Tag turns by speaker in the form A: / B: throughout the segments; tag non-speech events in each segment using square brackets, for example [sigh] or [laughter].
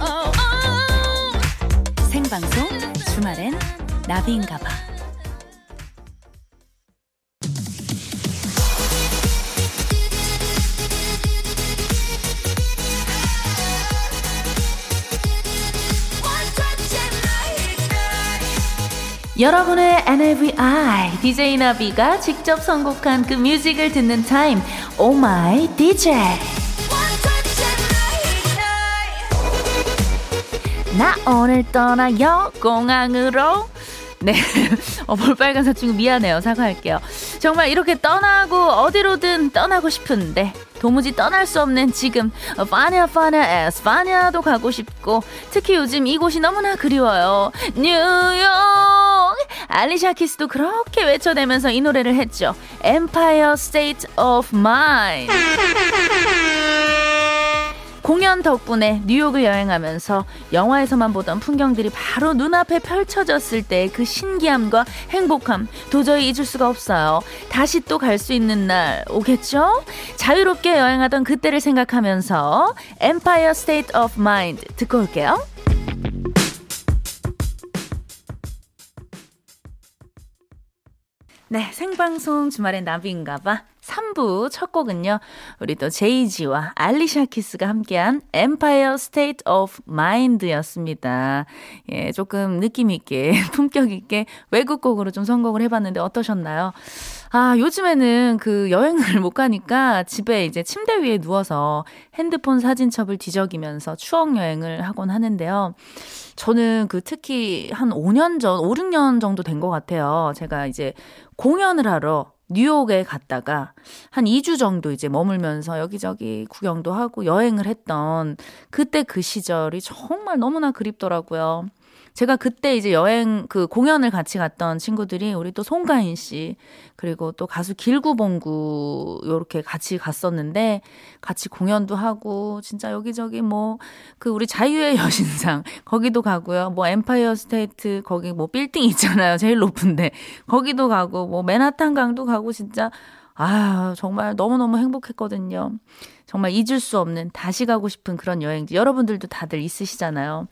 A: 어, 방송 주말엔 나비인가봐. 여러분의 NAVI DJ 나비가 직접 선곡한 그 뮤직을 듣는 타임 Oh My DJ 나 오늘 떠나요 공항으로 네, [laughs] 어, 볼빨간 사춘구 미안해요. 사과할게요. 정말 이렇게 떠나고 어디로든 떠나고 싶은데 도무지 떠날 수 없는 지금 어, 파냐 파냐 에스파냐도 가고 싶고 특히 요즘 이곳이 너무나 그리워요. 뉴욕 알리샤 키스도 그렇게 외쳐대면서 이 노래를 했죠. Empire State of Mind. 공연 덕분에 뉴욕을 여행하면서 영화에서만 보던 풍경들이 바로 눈앞에 펼쳐졌을 때 그 신기함과 행복함 도저히 잊을 수가 없어요. 다시 또 갈 수 있는 날 오겠죠? 자유롭게 여행하던 그때를 생각하면서 Empire State of Mind 듣고 올게요. 네, 생방송 주말엔 나비인가봐. 3부 첫 곡은요. 우리 또 제이지와 알리샤 키스가 함께한 Empire State of Mind였습니다. 예, 조금 느낌 있게, [laughs] 품격 있게 외국 곡으로 좀 선곡을 해봤는데 어떠셨나요? 아, 요즘에는 그 여행을 못 가니까 집에 이제 침대 위에 누워서 핸드폰 사진첩을 뒤적이면서 추억 여행을 하곤 하는데요. 저는 그 특히 한 5년 전, 5, 6년 정도 된 것 같아요. 제가 이제 공연을 하러 뉴욕에 갔다가 한 2주 정도 이제 머물면서 여기저기 구경도 하고 여행을 했던 그때 그 시절이 정말 너무나 그립더라고요. 제가 그때 이제 여행 그 공연을 같이 갔던 친구들이 우리 또 송가인 씨 그리고 또 가수 길구봉구 요렇게 같이 갔었는데 같이 공연도 하고 진짜 여기저기 뭐 그 우리 자유의 [laughs] 여신상 거기도 가고요. 뭐 엠파이어 스테이트 거기 뭐 빌딩 있잖아요. 제일 높은데 거기도 가고 뭐 맨하탄 강도 가고 진짜 아, 정말 너무너무 행복했거든요. 정말 잊을 수 없는 다시 가고 싶은 그런 여행지. 여러분들도 다들 있으시잖아요.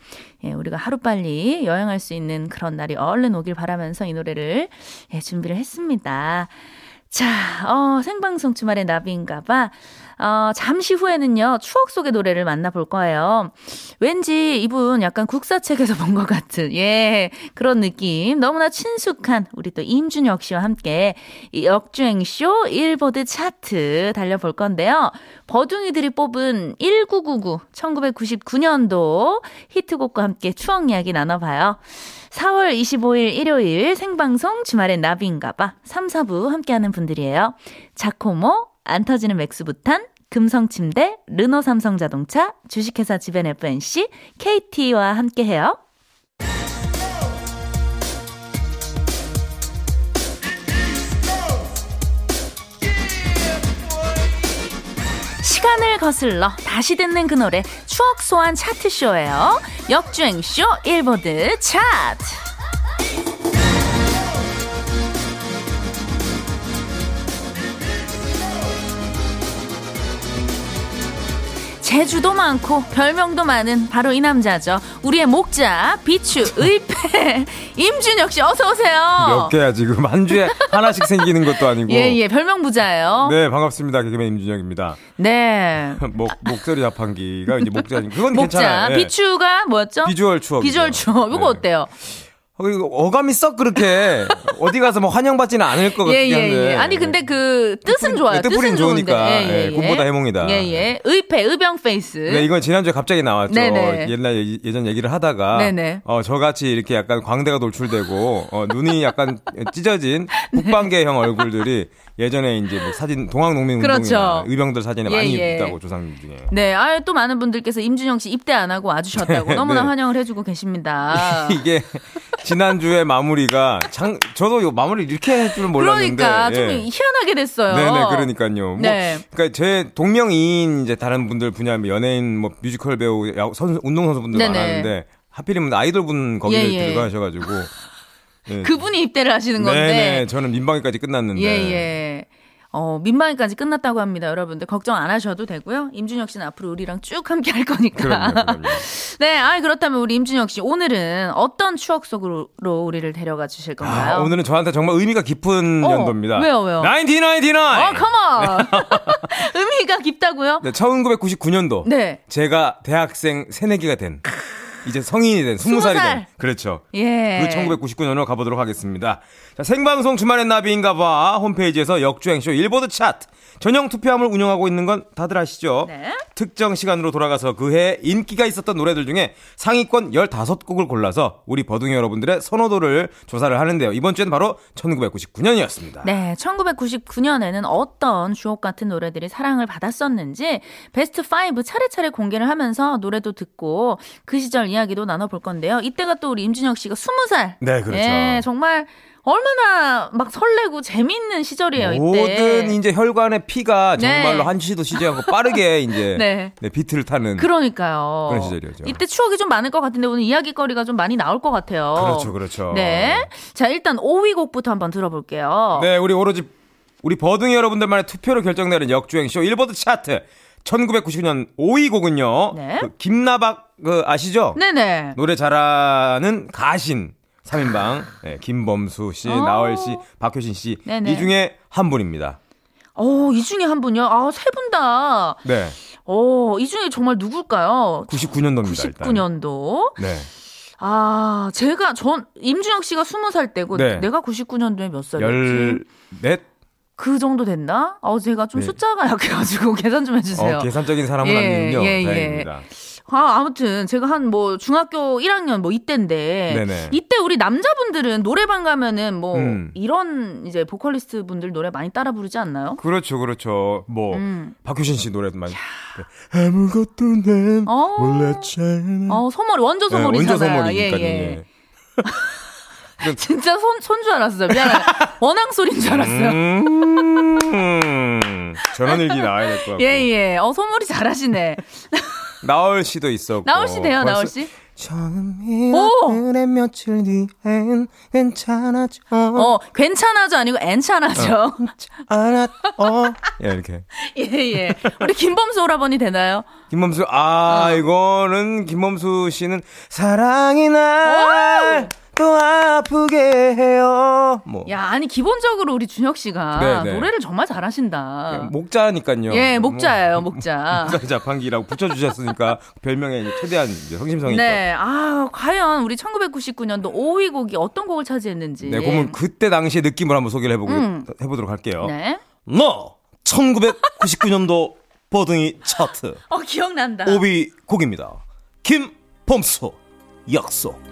A: 예, 우리가 하루빨리 여행할 수 있는 그런 날이 얼른 오길 바라면서 이 노래를 예, 준비를 했습니다. 자, 어, 생방송 주말의 나비인가봐. 어, 잠시 후에는요, 추억 속의 노래를 만나볼 거예요. 왠지 이분 약간 국사책에서 [laughs] 본 것 같은, 예, 그런 느낌. 너무나 친숙한 우리 또 임준혁 씨와 함께 이 역주행쇼 일보드 차트 달려볼 건데요. 버둥이들이 뽑은 1999, 1999년도 히트곡과 함께 추억 이야기 나눠봐요. 4월 25일 일요일 생방송 주말엔 나비인가봐 3, 4부 함께하는 분들이에요. 자코모, 안 터지는 맥스부탄, 금성침대, 르노 삼성자동차, 주식회사 지벤 FNC, KT와 함께해요. 시간을 거슬러 다시 듣는 그 노래 추억 소환 차트쇼예요. 역주행쇼 일보드 차트. 제주도 많고 별명도 많은 바로 이 남자죠. 우리의 목자 비추 의패 [laughs] 임준혁 씨 어서 오세요.
B: 몇 개야 지금 한 주에 하나씩 생기는 것도
A: [laughs]
B: 아니고.
A: 예, 예, 별명 부자예요.
B: 네 반갑습니다 개그맨 임준혁입니다. [laughs]
A: 네.
B: 목 목소리 자판기가 이제 목자 아니- 그건
A: 목자.
B: 괜찮아요. 예.
A: 비추가 뭐였죠?
B: 비주얼 네. 추억.
A: 비주얼 추억. 이거 어때요?
B: 어감이 썩 그렇게 어디 가서 뭐 환영받지는 않을 것
A: [laughs] 예,
B: 같긴 한데.
A: 예, 예. 아니, 근데 그 뜻은
B: 뜻풀이-
A: 좋아요.
B: 네, 뜻풀이는
A: 뜻은 좋은데.
B: 좋으니까. 예, 꿈보다 해몽이다.
A: 예, 예. 의패, 의병 페이스.
B: 네, 이건 지난주에 갑자기 나왔죠.
A: 네네.
B: 옛날 예- 예전 얘기를 하다가
A: 네네.
B: 어 저같이 이렇게 약간 광대가 돌출되고 어, 눈이 약간 [laughs] 찢어진
A: 네.
B: 북방계형 얼굴들이 예전에 이제 뭐 사진 동학농민운동이나
A: 그렇죠.
B: 의병들 사진에
A: 예,
B: 많이
A: 예.
B: 있다고 조상 중에.
A: 네, 아유, 또 많은 분들께서 임준영 씨 입대 안 하고 와주셨다고 너무나
B: [laughs] 네.
A: 환영을 해주고
B: [laughs]
A: 계십니다.
B: [laughs] 이게 지난주에 마무리가 장 저도 요 마무리 이렇게 할 줄은 몰랐는데
A: 그러니까 좀
B: 예.
A: 희한하게 됐어요.
B: 네네 그러니까요. 뭐
A: 네.
B: 그러니까 제 동명이인 이제 다른 분들 분야면 연예인 뭐 뮤지컬 배우 야구 선수 운동 선수분들
A: 네네.
B: 많았는데 하필이면 아이돌 분 거기에
A: 예, 예. [laughs]
B: 들어가셔가지고 네.
A: 그분이 입대를 하시는 건데.
B: 네네 저는 민방위까지 끝났는데
A: 예, 예.
C: 예, 어, 민망이까지 끝났다고 합니다. 여러분들 걱정 안 하셔도 되고요. 임준혁 씨는 앞으로 우리랑 쭉 함께 할 거니까.
B: 그럼요, 그럼요.
C: [laughs] 네, 아 그렇다면 우리 임준혁 씨 오늘은 어떤 추억 속으로 우리를 데려가 주실 건가요?
B: 아, 오늘은 저한테 정말 의미가 깊은
C: 어,
B: 연도입니다.
C: 왜요, 왜요?
B: 1999.
A: 아,
C: 어, 컴온. [laughs] 의미가 깊다고요?
B: 네, 1999년도.
C: 네.
B: 제가 대학생 새내기가 된 이제 성인이 된 20살이 된
C: 살.
B: 그렇죠.
C: 예.
B: 그 1999년으로 가보도록 하겠습니다. 자, 생방송 주말엔 나비인가봐 홈페이지에서 역주행쇼 일보드 차트 전용 투표함을 운영하고 있는 건 다들 아시죠?
C: 네.
B: 특정 시간으로 돌아가서 그해 인기가 있었던 노래들 중에 상위권 15곡을 골라서 우리 버둥이 여러분들의 선호도를 조사를 하는데요. 이번 주엔 바로 1999년이었습니다.
C: 네, 1999년에는 어떤 주옥 같은 노래들이 사랑을 받았었는지 베스트 5 차례차례 공개를 하면서 노래도 듣고 그 시절 이야기도 나눠볼 건데요. 이때가 또 우리 임준혁 씨가 20살.
B: 네, 그렇죠.
C: 예, 정말 얼마나 막 설레고 재밌는 시절이에요, 이때.
B: 모든 이제 혈관의 피가
C: 네.
B: 정말로 한시도 쉬지 않고 빠르게 이제
C: [laughs] 네.
B: 네, 비트를 타는
C: 그러니까요.
B: 그런 시절이었죠.
C: 이때 추억이 좀 많을 것 같은데 오늘 이야기거리가 좀 많이 나올 것 같아요.
B: 그렇죠, 그렇죠.
C: 네. 자, 일단 5위 곡부터 한번 들어볼게요.
B: 네, 우리 오로지 우리 버둥이 여러분들만의 투표로 결정되는 역주행 쇼 일보드 차트 1999년 5위 곡은요.
C: 네.
B: 그 김나박 그 아시죠?
C: 네네.
B: 노래 잘하는 가신 3인방 네, 김범수 씨,
C: 어.
B: 나얼 씨, 박효신 씨 이
C: 네네.
B: 중에 한 분입니다.
C: 오, 이 중에 한 분요? 아, 세 분 다.
B: 네.
C: 오, 어, 이 중에 정말 누굴까요?
B: 99년도입니다. 일단.
C: 99년도.
B: 네.
C: 아, 제가 전 임준혁 씨가 20살 때고
B: 네.
C: 내가 99년도에 몇 살이었지?
B: 14
C: 그 정도 됐나? 어, 제가 좀
B: 네.
C: 숫자가 [laughs] 약해 가지고 계산 좀해 주세요.
B: 어, 계산적인 사람은
C: 예,
B: 아니군요.
C: 예, 예.
B: 다행입니다.
C: 아, 아무튼 제가 한 뭐 중학교 1학년 뭐 이때인데
B: 네네.
C: 이때 우리 남자분들은 노래방 가면은 뭐
B: 음.
C: 이런 이제 보컬리스트 분들 노래 많이 따라 부르지 않나요?
B: 그렇죠, 그렇죠. 뭐
C: 음.
B: 박효신 씨 노래도 많이. 네. 아무것도 난
C: 어.
B: 몰랐잖아.
C: 어, 소머리 원조
B: 네,
C: 소머리잖아요.
B: 원조 소머리니까요. 네.
C: 예, 예.
B: 예.
C: [laughs] 진짜 손, 손 줄 알았어요. 미안해요. [laughs] 원앙 소리인 줄 알았어요.
B: 음, 전원
C: [laughs]
B: 일기 나와야 될 것 같고.
C: 예, 예. 어, 소머리 잘하시네.
B: 나얼 씨도 있었고.
C: 나올 씨 돼요, 나올
B: 어, 벌써-
C: 씨?
D: 처음이야 그래 며칠 뒤엔 괜찮아져
C: 어, 괜찮아죠 아니고 엔찮아죠.
B: 어.
D: 알았어
B: 예, 이렇게.
C: [laughs] 예, 예. 우리 김범수 오라버니 되나요?
B: 김범수, 아,
C: 어.
B: 이거는 김범수 씨는
D: 사랑이 날 또 아프게 해요
B: 뭐
C: 야, 아니 기본적으로 우리 준혁 씨가
B: 네, 네.
C: 노래를 정말 잘하신다.
B: 목자니까요.
C: 예,
B: 뭐,
C: 목자예요, 목자.
B: 목자 자판기라고 붙여주셨으니까
C: [laughs]
B: 별명에 이제 최대한 이제 성심성의껏.
C: 네, 아 과연 우리 1999년도 5위 곡이 어떤 곡을 차지했는지.
B: 네, 그러면 그때 당시의 느낌을 한번 소개를 해보고,
C: 음.
B: 해보도록 할게요.
C: 네.
B: 너! 1999년도 [laughs] 버둥이 차트
C: 어 기억난다.
B: 5위 곡입니다. 김범수, 약속.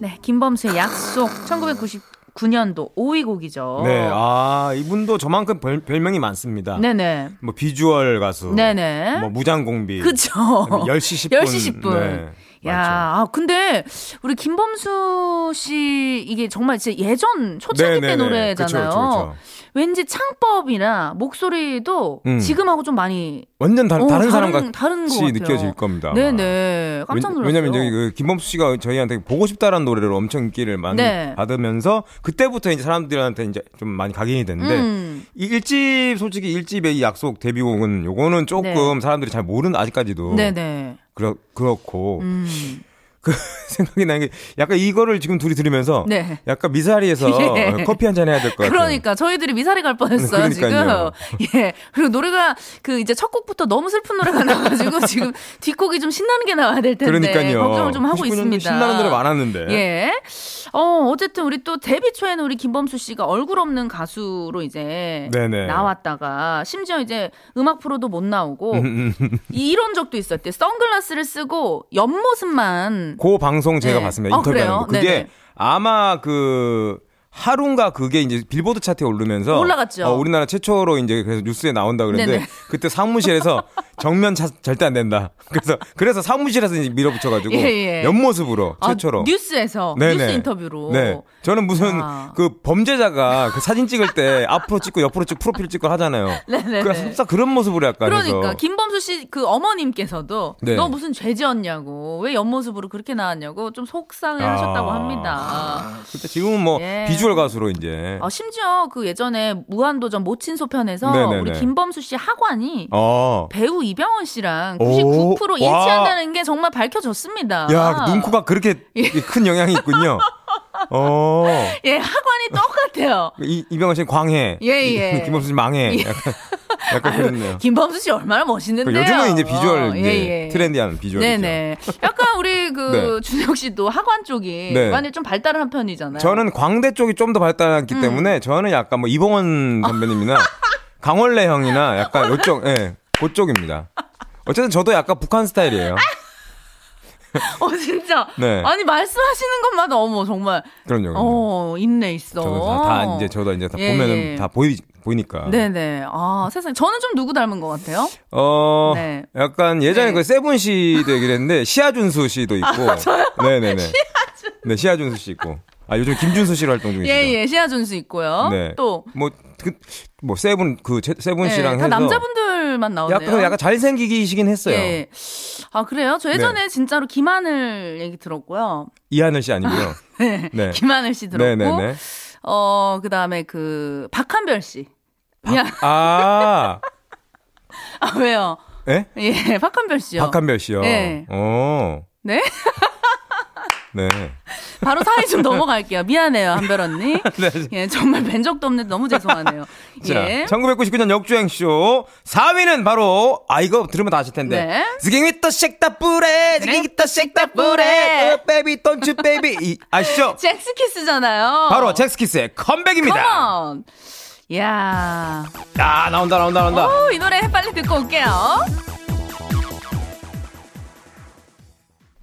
C: 네, 김범수의 약속 1999년도 5위 곡이죠.
B: 네, 아, 이분도 저만큼 별, 별명이 많습니다.
C: 어. 네네.
B: 뭐 비주얼 가수.
C: 네네.
B: 뭐 무장공비.
C: 그쵸.
B: 10시 10분. 네,
C: 10시 10분. 야, 아, 근데 우리 김범수 씨 이게 정말 진짜 예전 초창기 때
B: 네네네.
C: 노래잖아요.
B: 그쵸, 그쵸, 그쵸.
C: 왠지 창법이나 목소리도
B: 음.
C: 지금하고 좀 많이
B: 완전 다,
C: 어,
B: 다른 사람
C: 다른- 다른 것
B: 같이
C: 같아요.
B: 느껴질 겁니다.
C: 네네 깜짝 놀랐어요.
B: 왜냐면 저기 그 김범수 씨가 저희한테 보고 싶다라는 노래를 엄청 인기를 많이
C: 네.
B: 받으면서 그때부터 이제 사람들한테 이제 좀 많이 각인이 됐는데
C: 음.
B: 이 일집 솔직히 일집의 이 약속 데뷔곡은 요거는 조금 사람들이 잘 모르는 아직까지도
C: 네. 네네.
B: 그렇 그렇고
C: 음.
B: 그 [laughs] 생각이 나는 게 약간 이거를 지금 둘이 들으면서
C: 네.
B: 약간 미사리에서
C: [laughs] 예.
B: 커피 한 잔 해야 될 것 어, 같아요.
C: 그러니까 저희들이 미사리 갈
B: [laughs]
C: 뻔했어요
B: 그러니까요.
C: 지금. [laughs] 예. 그리고 노래가 그 이제 첫 곡부터 너무 슬픈 노래가 나와가지고 지금 뒷곡이 좀 신나는 게 나와야 될 텐데
B: 그러니까요.
C: 네, 걱정을 좀 하고
B: 99년도
C: 있습니다.
B: 신나는 노래 많았는데.
C: 예. 어 어쨌든 우리 또 데뷔 초에는 우리 김범수 씨가 얼굴 없는 가수로 이제
B: 네네.
C: 나왔다가 심지어 이제 음악 프로도
B: [laughs]
C: 못 나오고 이- 이런 적도 있었대. 선글라스를 쓰고 옆모습만
B: 그 방송 제가
C: 네.
B: 봤습니다.
C: 어,
B: 인터뷰하는 거.
C: 그래요?
B: 그게
C: 네네.
B: 아마 그 하루인가 그게 이제 빌보드 차트에 오르면서
C: 올라갔죠.
B: 어, 우리나라 최초로 이제 [laughs] 그래서 뉴스에 나온다 그랬는데
C: 네네.
B: 그때 사무실에서 정면 차, 절대 안 된다. [laughs] 그래서 그래서 사무실에서 이제 밀어붙여가지고
C: 예, 예.
B: 옆모습으로
C: 아,
B: 최초로.
C: 뉴스에서
B: 네네.
C: 뉴스 인터뷰로.
B: 네. 저는 무슨
C: 아.
B: 그 범죄자가 그 사진 찍을 때 앞으로 찍고 옆으로 찍고 프로필 찍고 하잖아요.
C: [laughs] 네네네.
B: 그래서 흡사 그런 모습으로 약간
C: 그러니까
B: 해서
C: 김범수 씨 그 어머님께서도
B: 네.
C: 너 무슨 죄 지었냐고 왜 옆모습으로 그렇게 나왔냐고 좀 속상해하셨다고
B: 아.
C: 합니다.
B: 그때 지금은 뭐
C: 예.
B: 비주얼 가수로 이제
C: 아, 심지어 그 예전에 무한도전 모친 소편에서
B: 네네네.
C: 우리 김범수 씨 하관이
B: 어.
C: 배우 이병헌 씨랑
B: 오.
C: 99%
B: 와.
C: 일치한다는 게 정말 밝혀졌습니다.
B: 야, 그 눈코가 그렇게 큰 영향이 있군요. 어.
C: 예, 하관이 똑같아요.
B: 이, 이병헌 씨는 광해.
C: 예,
B: [laughs]
C: 예.
B: 김범수 씨 망해. 약간, 약간
C: [laughs]
B: 그렇네요.
C: 김범수 씨 얼마나 멋있는데요.
B: 그 요즘은 이제 비주얼,
C: 어,
B: 이제
C: 예, 예.
B: 트렌디한 비주얼이죠.
C: 네네. 약간 우리
B: [laughs] 네.
C: 그 준혁 씨도 학원 쪽이
B: 네.
C: 많이 좀 발달한 편이잖아요.
B: 저는 광대 쪽이 좀 더 발달했기
C: 음.
B: 때문에 저는 약간 뭐 이봉원
C: [laughs]
B: 선배님이나 강원래 형이나 약간 요쪽, 예, 그쪽입니다. 어쨌든 저도 약간 북한 스타일이에요.
C: [laughs] 어 진짜.
B: 네.
C: 아니 말씀하시는 것마다 어머 정말.
B: 그럼요. 그럼요.
C: 어 있네 있어.
B: 저는 다, 다 이제 저도 이제 다
C: 예,
B: 보면은
C: 예.
B: 다 보이, 보이니까.
C: 네네. 아 세상 에 저는 좀 누구 닮은 것 같아요?
B: 어,
C: 네.
B: 약간 예전에
C: 네.
B: 그 세븐 씨도 얘기를 했는데, 시아준수 씨도 있고. 네네네. 시아준. 네, 시아준수 씨 있고. 아, 요즘 김준수 씨로 활동 중이시죠?
C: 예예 시아준수 있고요.
B: 네.
C: 또
B: 뭐, 그, 뭐, 세븐, 그, 제- 세븐
C: 예,
B: 씨랑
C: 다
B: 해서.
C: 남자분들만 나오네요.
B: 약간, 약간 잘생기기시긴 했어요.
C: 예. 아 그래요?
B: 네.
C: 저 예전에 진짜로 김하늘 얘기 들었고요.
B: 이하늘 씨 아니고요. 네.
C: [laughs] 김하늘 씨 들었고,
B: 네네네.
C: 어 그다음에 그 박한별 씨. 야,
B: 아,
C: 아, 왜요?
B: 예?
C: 예, 박한별 씨요.
B: 박한별 씨요.
C: 네.
B: 어.
C: 네?
B: 네.
C: 바로 사회 좀 넘어갈게요. 미안해요,
B: [laughs]
C: 한별 언니. 예, 정말 뵌 적도 없는데 너무 죄송하네요.
B: 네. 자,
C: 예.
B: 1999년 역주행쇼 4위는 바로, 아, 이거 들으면 다 아실 텐데.
C: 네.
B: 지깅이 또 쉑다 뿌레, 지깅이 또 쉑다 뿌레, 어, 베이비, 던츄 베이비. 이-
C: [laughs]
B: 아시죠?
C: 잭스키스잖아요.
B: 바로 잭스키스의 컴백입니다.
C: 컴온. 야.
B: 아, 나온다, 나온다, 나온다.
C: 오, 이 노래 빨리 듣고 올게요.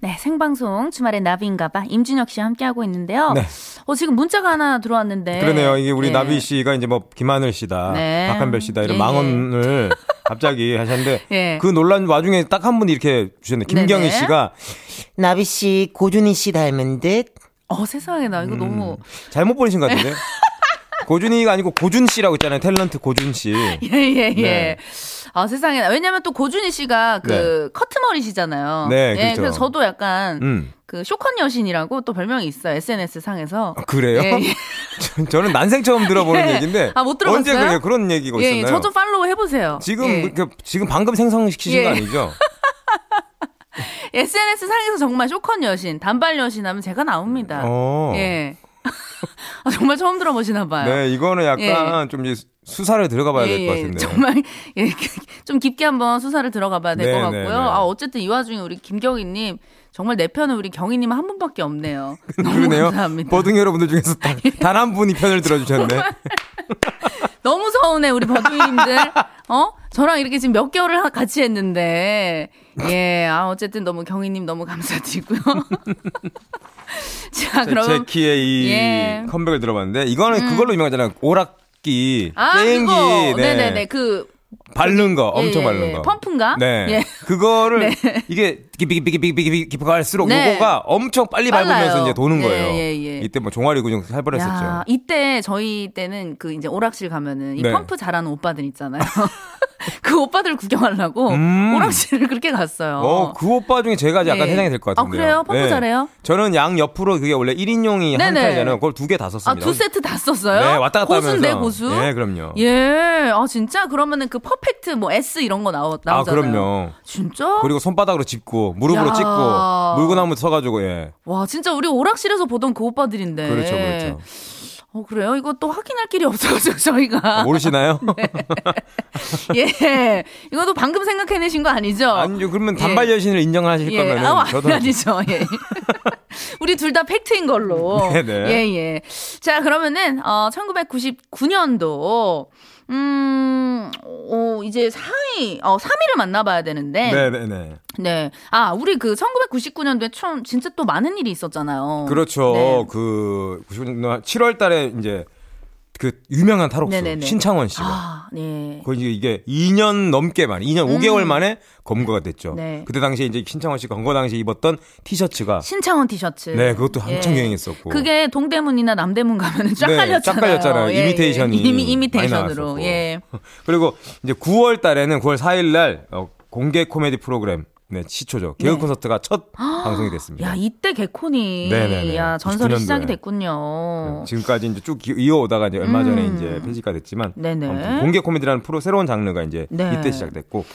C: 네, 생방송 주말에 나비인가봐 임준혁 씨와 함께하고 있는데요.
B: 네.
C: 어, 지금 문자가 하나 들어왔는데.
B: 그러네요. 이게 우리
C: 예.
B: 나비 씨가 이제 뭐 김하늘 씨다,
C: 네.
B: 박한별 씨다 이런
C: 예,
B: 망언을 [laughs] 갑자기 하셨는데
C: 예.
B: 그 논란 와중에 딱 한 분 이렇게 주셨네. 김경희
C: 네네.
B: 씨가
D: 나비 씨 고준희 씨 닮은 듯.
C: 어, 세상에 나 이거
B: 음.
C: 너무 [laughs]
B: 잘못 보내신 것 같은데. 고준이가 아니고 고준 씨라고 있잖아요. 탤런트 고준 씨.
C: 예예예.
B: 네.
C: 아 세상에 왜냐면 또 고준희 씨가 그 커트머리시잖아요.
B: 네,
C: 예,
B: 그렇죠.
C: 그래서 저도 약간
B: 음.
C: 그 쇼컷 여신이라고 또 별명이 있어요 SNS 상에서.
B: 아, 그래요?
C: 예, 예.
B: [laughs] 저- 저는 난생 처음 들어보는
C: 예.
B: 얘기인데
C: 아, 못 들어봤어요?
B: 언제 그래요? 그런 얘기가
C: 예,
B: 있었나요?
C: 저좀 팔로우 해보세요.
B: 지금
C: 예.
B: 그- 지금 방금 생성시키신
C: 예.
B: 거
C: [laughs]
B: 아니죠?
C: SNS 상에서 정말 쇼컷 여신, 단발 여신 하면 제가 나옵니다.
B: 어.
C: 예. [laughs] 아, 정말 처음 들어보시나 봐요.
B: 네, 이거는 약간 좀 이제 수사를 들어가 봐야 될 것
C: 예, 예.
B: 같은데.
C: 정말 [laughs] 예, 좀 깊게 한번 수사를 들어가 봐야 될 것
B: 네,
C: 같고요.
B: 네, 네.
C: 아 어쨌든 이 와중에 우리 김경희님 정말 내 편은 우리 경희님 한 분밖에 없네요. 너무
B: [laughs] [laughs] 그러네요.
C: 감사합니다. 예.
B: 버둥 여러분들 중에서 단 한 분이 편을 들어주셨네.
C: 너무 서운해 우리 버둥이님들. 어? 저랑 이렇게 지금 몇 개월을 하- 같이 했는데 예, 아 어쨌든 너무 경희님 너무 감사드리고요. [laughs] 자,
B: 자,
C: 그럼
B: 제키의 이
C: 예. 음.
B: 컴백을 들어봤는데 이거는 그걸로 유명하잖아요. 오락기,
C: 아
B: 게임기,
C: 그거
B: 네.
C: 네네네 그
B: 바른 거,
C: 예,
B: 엄청
C: 예,
B: 바른
C: 예.
B: 거.
C: 펌프인가?
B: 네,
C: 예.
B: 그거를 이게 깊이깊이깊이깊이 갈수록
C: 네.
B: 요거가 엄청 빨리
C: 빨라요.
B: 밟으면서 이제 도는
C: 예,
B: 거예요.
C: 예, 예.
B: 이때 뭐 종아리 근육 살벌했었죠.
C: 야, 이때 저희 때는 그 이제 오락실 가면은 이
B: 네.
C: 펌프 잘하는 오빠들 있잖아요. [laughs] 그 오빠들 구경하려고
B: 음.
C: 오락실을 그렇게 갔어요.
B: 어, 그 오빠 중에 제가 약간
C: 예.
B: 해당이 될 것
C: 아,
B: 같은데요. 네.
C: 그래요? 펌프 잘해요?
B: 저는 양 옆으로 그게 원래 1인용이 한
C: 네네.
B: 칸이잖아요. 그걸 두 개 다
C: 아,
B: 썼습니다.
C: 두 세트 다 썼어요?
B: 네, 왔다 갔다
C: 고수인데,
B: 하면서.
C: 고수?
B: 예, 그럼요.
C: 예, 아, 진짜? 그러면은 그 퍼펙트 뭐 S 이런 거 나오, 나오잖아요.
B: 아, 그럼요.
C: 진짜?
B: 그리고 손바닥으로 짚고 무릎으로
C: 야.
B: 찍고 물구나무 서가지고 예
C: 와, 진짜 우리 오락실에서 보던 그 오빠들인데.
B: 그렇죠 그렇죠
C: 어, 그래요? 이거 또 확인할 길이 없어서 [laughs]
B: 아,
C: 저희가. [laughs]
B: 모르시나요?
C: 네. 예. 이것도 방금 생각해내신 거 아니죠?
B: 아니요 그러면 단발 여신을 인정하실 거면은
C: 예. 아,
B: 저도
C: 아니죠.
B: [laughs]
C: 예. 우리 둘 다 팩트인 걸로.
B: 네네.
C: 예, 예. 자, 그러면은 어 1999년도 음, 어, 이제 4위, 어, 3위를 만나봐야 되는데. 네.
B: 네네네
C: 아, 우리 그 1999년도에 참, 진짜 음. 또 많은 일이 있었잖아요.
B: 그렇죠
C: 네.
B: 그 99년 7월달에 이제 그 유명한 탈옥수
C: 네네네.
B: 신창원 씨가
C: 아, 네.
B: 거의 이제 이게 2년 넘게 만, 2년 5개월 만에 검거가 됐죠.
C: 음. 네.
B: 그때 당시에 이제 신창원 씨 검거 당시에 입었던 티셔츠가 [laughs]
C: 신창원 티셔츠.
B: 네, 그것도 한창
C: 예.
B: 유행했었고.
C: 그게 동대문이나 남대문 가면은 쫙
B: 네,
C: 깔렸잖아요. 예,
B: 쫙 깔렸잖아요. 이미테이션이
C: 이미
B: 많이
C: 이미테이션으로.
B: 나왔었고.
C: 예.
B: 그리고 이제 9월 달에는 9월 4일 날 어, 공개 코미디 프로그램 네, 시초죠. 개그
C: 네.
B: 콘서트가 첫 방송이 됐습니다.
C: 야, 이때 개콘이
B: 네네네.
C: 야, 전설이
B: 99년도에.
C: 시작이 됐군요.
B: 네, 지금까지 이제 쭉 기- 이어오다가 이제 얼마 전에 이제 폐지가 됐지만
C: 음. 네네.
B: 아무튼 공개 코미디라는 프로 새로운 장르가 이제
C: 네. 어.
B: 이때 시작됐고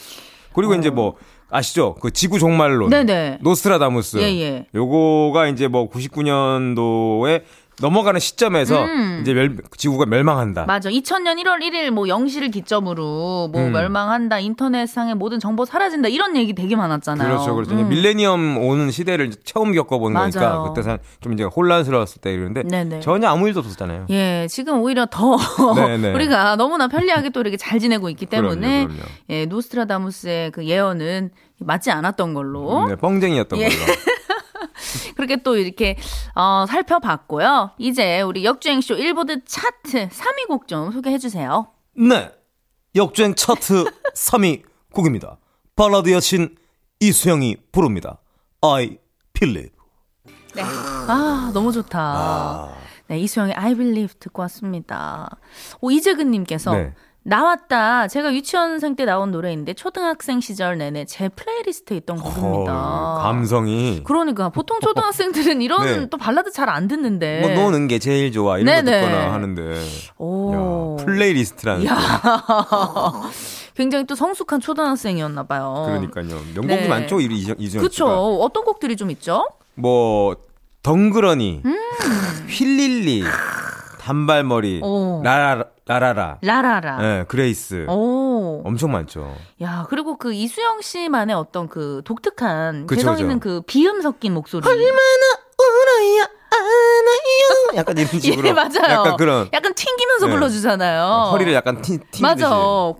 B: 그리고 이제 뭐 아시죠? 그 지구 종말론
C: 네네.
B: 노스트라다무스
C: 예, 예.
B: 요거가 이제 뭐 99년도에 넘어가는 시점에서 이제 멸- 지구가 멸망한다.
C: 음. 맞아. 2000년 1월 1일 뭐 0시를 기점으로 뭐
B: 음.
C: 멸망한다. 인터넷상의 모든 정보 사라진다. 이런 얘기 되게 많았잖아요.
B: 그렇죠, 그렇죠. 이제
C: 음.
B: 밀레니엄 오는 시대를 이제 처음 겪어보는
C: 맞아요.
B: 거니까 그때 사- 좀 이제 혼란스러웠을 때 이러는데
C: 네네.
B: 전혀 아무 일도 없었잖아요.
C: 예, 지금 오히려 더
B: [laughs] 네네.
C: 우리가 너무나 편리하게 또 이렇게 잘 지내고 있기 때문에
B: 그럼요, 그럼요.
C: 예, 노스트라다무스의 그 예언은 맞지 않았던 걸로
B: 네, 뻥쟁이였던
C: 예.
B: 걸로. 네.
C: 그렇게 또 이렇게 어, 살펴봤고요. 이제 우리 역주행쇼 일보드 차트 3위 곡 좀 소개해 주세요.
B: 네. 역주행 [laughs] 차트 3위 곡입니다. 발라드 여신 이수영이 부릅니다. I believe.
C: 네. 아, 너무 좋다. 네, 이수영의 I believe 듣고 왔습니다. 오, 이재근님께서
B: 네.
C: 나왔다. 제가 유치원생 때 나온 노래인데 초등학생 시절 내내 제 플레이리스트에 있던 곡입니다.
B: 어우, 감성이.
C: 그러니까 보통 초등학생들은 이런
B: 네.
C: 또 발라드 잘 안 듣는데.
B: 뭐 노는 게 제일 좋아 이런
C: 네. 네네.
B: 거 듣거나 하는데
C: 오.
B: 야, 플레이리스트라는
C: 야.
B: 거.
C: 굉장히 또 성숙한 초등학생이었나 봐요.
B: 그러니까요 그러니까. 명곡이
C: 네.
B: 많죠 이- 이수- 이수영
C: 그쵸.
B: 씨가
C: 어떤 곡들이 좀 있죠?
B: 뭐 덩그러니
C: 음.
B: 휠릴리 단발머리
C: 오.
B: 라라 라라라
C: 라라라.
B: 예, 그레이스
C: 오.
B: 엄청 많죠
C: 야, 그리고 그 이수영 씨만의 어떤 그 독특한
B: 그쵸,
C: 개성
B: 그쵸.
C: 있는 그 비음 섞인 목소리.
D: 울어요 안아요 약간 이런 식으로
C: [laughs] 예, 맞아요.
B: 약간 그런
C: 약간 튕기면서
B: 네.
C: 불러주잖아요.
B: 허리를 약간 튕- 튕기듯이
C: 맞아.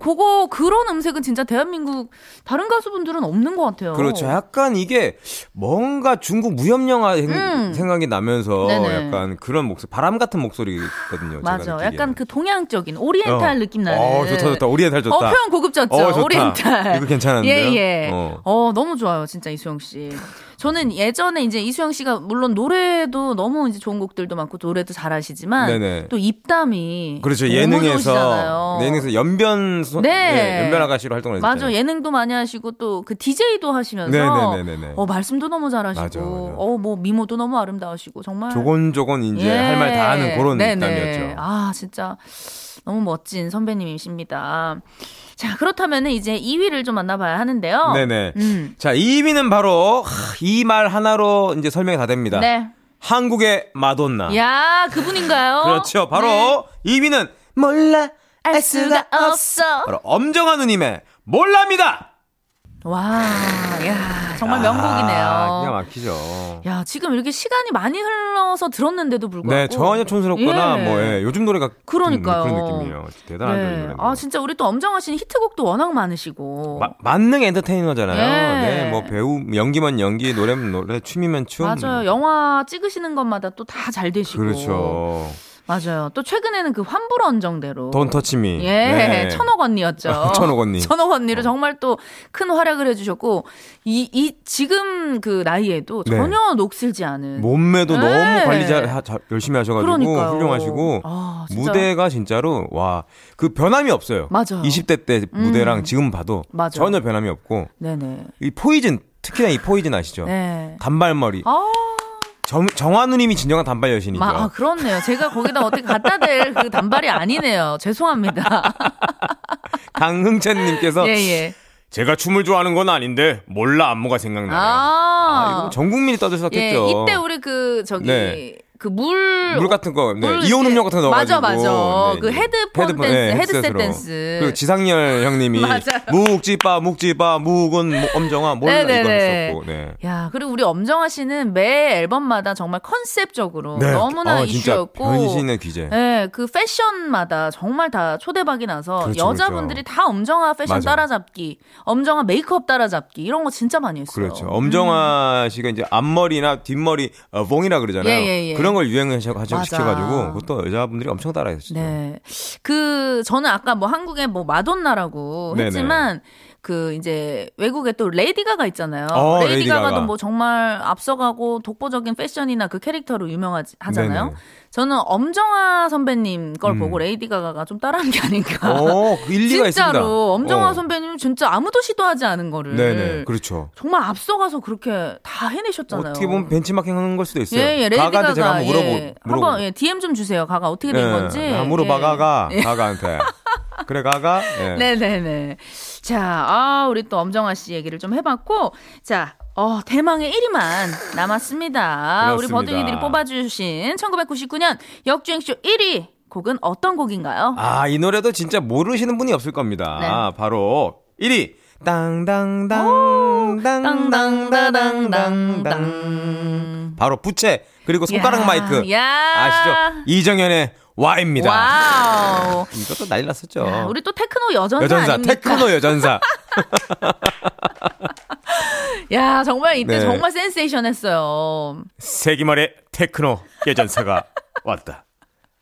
C: 그거 그런 음색은 진짜 대한민국 다른 가수분들은 없는 것 같아요.
B: 그렇죠. 약간 이게 뭔가 중국 무협 영화 생-
C: 음.
B: 생각이 나면서
C: 네네.
B: 약간 그런 목소리, 바람 같은 목소리거든요. 제가
C: 맞아.
B: 느끼기에는.
C: 약간 그 동양적인 오리엔탈
B: 어.
C: 느낌 나는.
B: 어, 좋다, 좋다. 오리엔탈 좋다.
C: 어, 표현 고급졌죠.
B: 어, 좋다.
C: 오리엔탈.
B: 이거 괜찮은데요?
C: 예, 예. 어.
B: 어.
C: 너무 좋아요, 진짜 이수영 씨. 저는 예전에 이제 이수영 씨가 물론 노래도 너무 이제 좋은 곡들도 많고 노래도 잘하시지만
B: 네네.
C: 또 입담이
B: 그렇죠.
C: 너무
B: 예능에서
C: 좋으시잖아요.
B: 예능에서 연변 소,
C: 네.
B: 예, 연변 아가씨로 활동을 했잖아요.
C: 맞아 예능도 많이 하시고 또 그 DJ도 하시면서
B: 네네네네네.
C: 어 말씀도 너무
B: 맞아,
C: 잘하시고
B: 맞아.
C: 어 뭐 미모도 너무 아름다우시고 정말
B: 조곤조곤 이제
C: 예.
B: 할 말 다 하는 그런
C: 네네.
B: 입담이었죠.
C: 아, 진짜 너무 멋진 선배님이십니다. 자, 그렇다면 은 이제 2위를 좀 만나봐야 하는데요.
B: 네네.
C: 음.
B: 자, 2위는 바로 이 말 하나로 이제 설명이 다 됩니다.
C: 네.
B: 한국의 마돈나.
C: 야, 그분인가요? 네.
B: 그렇죠. 바로 2위는
D: 몰라
C: 알 수가 없어.
B: 바로 엄정화 누님의 몰랍니다.
C: 와, 야, 정말
B: 아, 기가
C: 명곡이네요.
B: 막히죠.
C: 야, 지금 이렇게 시간이 많이 흘러서 들었는데도 불구하고.
B: 네, 전혀 촌스럽거나
C: 예.
B: 뭐 예, 요즘 노래가
C: 그러니까요.
B: 그런 느낌이에요. 대단하죠, 이
C: 네.
B: 노래는.
C: 아, 진짜 우리 또 엄정화 씨는 히트곡도 워낙 많으시고.
B: 마- 만능 엔터테이너잖아요.
C: 예.
B: 네, 뭐 배우 연기면 연기, 노래면 노래, 춤이면 춤.
C: 맞아요. 영화 찍으시는 것마다 또 다 잘 되시고.
B: 그렇죠.
C: 맞아요. 또 최근에는 그 환불 언정대로.
B: 돈 터치미.
C: 예, 천억 언니였죠.
B: 네. 아, 천억 언니.
C: [laughs]
B: 어.
C: 천억 언니로 정말 또 큰 활약을 해주셨고, 이, 이, 지금 그 나이에도
B: 네.
C: 전혀 녹슬지 않은.
B: 몸매도
C: 네.
B: 너무 관리 잘 하- 잘- 열심히 하셔가지고
C: 그러니까요.
B: 훌륭하시고
C: 아, 진짜.
B: 무대가 진짜로 와 그 변함이 없어요.
C: 맞아요.
B: 20대 때 무대랑
C: 음.
B: 지금 봐도
C: 맞아요.
B: 전혀 변함이 없고
C: 네네.
B: 이 포이즌 특히나 이 포이즌 아시죠?
C: 네.
B: 단발머리
C: 아,
B: 정, 정화누님이 진정한 단발 여신이죠.
C: 마, 아, 그렇네요. 제가 거기다 어떻게 갖다 댈 그 단발이 아니네요. 죄송합니다.
B: 강흥찬님께서
C: [laughs] 예, 예.
B: 제가 춤을 좋아하는 건 아닌데 몰라 안무가 생각나네요. 아, 이거
C: 아,
B: 전 국민이
C: 예,
B: 떠드셨겠죠.
C: 이때 우리 그, 저기,
B: 네.
C: 그 물,
B: 물 같은 거, 네,
C: 물
B: 이온
C: 이렇게-
B: 음료 같은 거 넣어가지고.
C: 맞아, 맞아.
B: 네,
C: 그
B: 이제
C: 헤드폰 댄스, 헤드셋
B: 헤드셋으로.
C: 댄스.
B: 그리고 지상열 형님이
C: [laughs] 맞아요.
B: 묵지빠 묵지빠 묵은 뭐 엄정화 몰라
C: 네,
B: 이거
C: 네,
B: 했었고. 네.
C: 야, 그리고 우리 엄정화 씨는 매 앨범마다 정말 컨셉적으로
B: 네.
C: 어, 너무나
B: 아, 진짜
C: 이슈였고.
B: 변신의 귀재.
C: 네, 그 패션마다 정말 다 초대박이 나서
B: 그렇죠,
C: 여자분들이 다 엄정화 패션
B: 맞아요.
C: 따라잡기, 엄정화 메이크업 따라잡기 이런 거 진짜 많이 했어요.
B: 그렇죠. 엄정화 씨가 이제 앞머리나 뒷머리 어, 봉이라 그러잖아요.
C: 음. 예, 예, 예.
B: 그런 이런 걸 유행하셔가지고
C: 맞아.
B: 시켜가지고 그것도 여자분들이 엄청 따라했어요.
C: 네. 그 저는 아까 뭐 한국에 뭐 마돈나라고
B: 네네.
C: 했지만 그 이제 외국에 또 레이디 가가 있잖아요.
B: 어,
C: 레이디,
B: 레이디
C: 가가도
B: 가가.
C: 뭐 정말 앞서가고 독보적인 패션이나 그 캐릭터로 유명하잖아요.
B: 네네.
C: 저는 엄정화 선배님 걸
B: 음.
C: 보고 레이디 가가가 좀 따라한 게 아닌가.
B: 어, 그 일리가 있습니다.
C: 네. 진짜로 엄정화
B: 어.
C: 선배님 진짜 아무도 시도하지 않은 거를
B: 네네. 그렇죠.
C: 정말 앞서가서 그렇게 다 해내셨잖아요.
B: 어떻게 보면 벤치마킹 하는 걸 수도 있어요.
C: 예, 예, 레이디
B: 가가한테
C: 가가
B: 제가 한번 물어보, 네.
C: 예.
B: 물어보.
C: 한번 예, DM 좀 주세요. 가가 어떻게 된 건지.
B: 한번 물어봐,
C: 예.
B: 가가. 가가한테. 그래, 가가. 예.
C: 네네네. 자, 아, 우리 또 엄정화 씨 얘기를 좀 해봤고, 자, 어, 대망의 1위만 남았습니다. 우리
B: 그렇습니다.
C: 버둥이들이 뽑아주신 1999년 역주행쇼 1위 곡은 어떤 곡인가요?
B: 아, 이 노래도 진짜 모르시는 분이 없을 겁니다.
C: 네.
B: 바로 1위. 땅땅땅 땅땅땅땅땅땅
C: 땅땅땅땅땅땅.
B: 바로 부채 그리고 손가락
C: 야,
B: 마이크
C: 야.
B: 아시죠? 이정현의 와입니다.
C: 와우.
B: 이것도 난리 났었죠.
C: 야, 우리 또 테크노 여전사,
B: 여전사
C: 아닙니까?
B: 테크노 여전사.
C: 야, 정말 이때
B: 네.
C: 정말 센세이션했어요.
B: 세기말의 테크노 예전사가 왔다.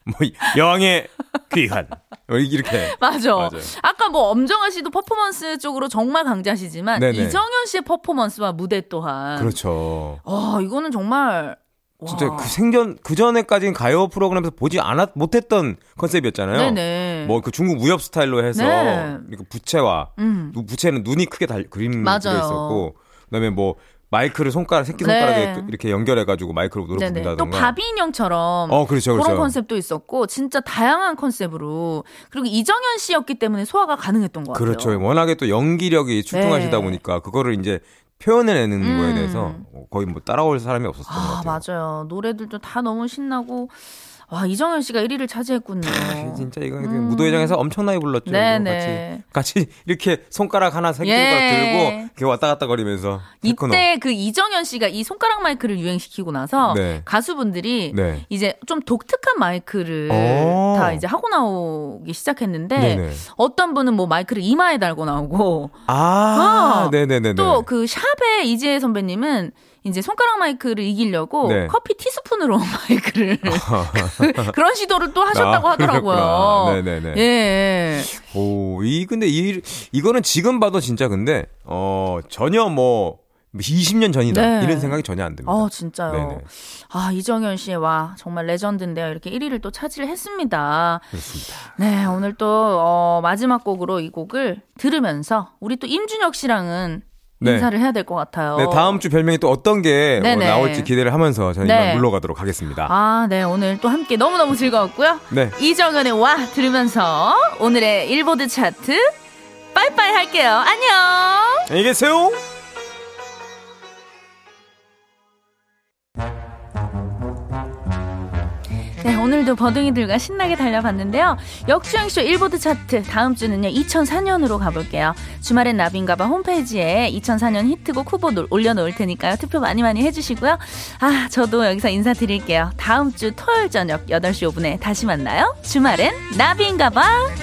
B: 뭐 여왕의 귀환 어, 이렇게
C: 맞아.
B: 맞아요.
C: 아까뭐 엄정화 씨도 퍼포먼스 쪽으로 정말 강자시지만
B: 네네.
C: 이정현 씨의 퍼포먼스와 무대 또한
B: 그렇죠.
C: 와 이거는 정말 와.
B: 진짜 그 생전 그 전에까지는 가요 프로그램에서 보지 않았 못했던 컨셉이었잖아요.
C: 네네.
B: 뭐 그 중국 무협 스타일로 해서
C: 네.
B: 이렇게 부채와
C: 음.
B: 누- 부채는 눈이 크게 달 그림
C: 맞아요.
B: 그려 있었고 그다음에 뭐 마이크를 손가락 새끼 손가락에
C: 네.
B: 이렇게 연결해 가지고 마이크로 노래
C: 네네.
B: 부른다던가.
C: 또 바비인형처럼
B: 어 그렇죠 그렇죠.
C: 그런 컨셉도 있었고 진짜 다양한 컨셉으로 그리고 이정현 씨였기 때문에 소화가 가능했던 것 같아요.
B: 그렇죠. 워낙에 또 연기력이 출중하시다
C: 네.
B: 보니까 그거를 이제 표현해내는
C: 음.
B: 거에 대해서 거의 뭐 따라올 사람이 없었던 것
C: 아
B: 같아요.
C: 맞아요. 노래들도 다 너무 신나고 와 이정현 씨가 1위를 차지했군요.
B: 진짜 이거
C: 음.
B: 무도회장에서 엄청나게 불렀죠. 이거
C: 네네.
B: 같이 같이 [laughs] 이렇게 손가락 하나 새끼 손가락
C: 예.
B: 들고 이렇게 왔다 갔다 거리면서 테크노.
C: 이때 그 이정현 씨가 이 손가락 마이크를 유행시키고 나서
B: 네.
C: 가수분들이
B: 네.
C: 이제 좀 독특한 마이크를
B: 오.
C: 다 이제 하고 나오기 시작했는데
B: 네네.
C: 어떤 분은 뭐 마이크를 이마에 달고 나오고
B: 아,
C: 아,
B: 네네네네.
C: 또 그 샵의 이지혜 선배님은 이제 손가락 마이크를 이기려고
B: 네.
C: 커피
B: [laughs]
C: 티스푼으로 [laughs] 마이크를 그, 런 시도를 또 하셨다고
B: 아,
C: 하더라고요.
B: 그렇구나. 네네네.
C: 예.
B: 오, 이 근데 이 이거는 지금 봐도 진짜 근데 어 전혀 뭐 20년 전이다
C: 네.
B: 이런 생각이 전혀 안 듭니다.
C: 어 진짜요.
B: 네네.
C: 아 이정현 씨의 와 정말 레전드인데요. 이렇게 1위를 또 차지를 했습니다.
B: 그렇습니다.
C: 네, 오늘 또, 어, 마지막 곡으로 이 곡을 들으면서, 우리 또 임준혁 씨랑은
B: 네.
C: 인사를 해야 될 것 같아요.
B: 네, 다음 주 별명이 또 어떤 게 어,
C: 네네.
B: 나올지 기대를 하면서 저는
C: 네.
B: 이만 물러가도록 하겠습니다.
C: 아, 네, 오늘 또 함께 너무너무 즐거웠고요.
B: 네.
C: 이정현의 와 들으면서 오늘의 일보드 차트 빠이빠이 할게요. 안녕!
B: 안녕히 계세요.
C: 네, 오늘도 버둥이들과 신나게 달려봤는데요. 역주행쇼 일보드 차트 다음 주는요 2004년으로 가볼게요. 주말엔 나빈가봐 홈페이지에 2004년 히트곡 후보 놀- 올려놓을 테니까요 투표 많이 많이 해주시고요. 아 저도 여기서 인사드릴게요. 다음 주 토요일 저녁 8시 5분에 다시 만나요. 주말엔 나빈가봐.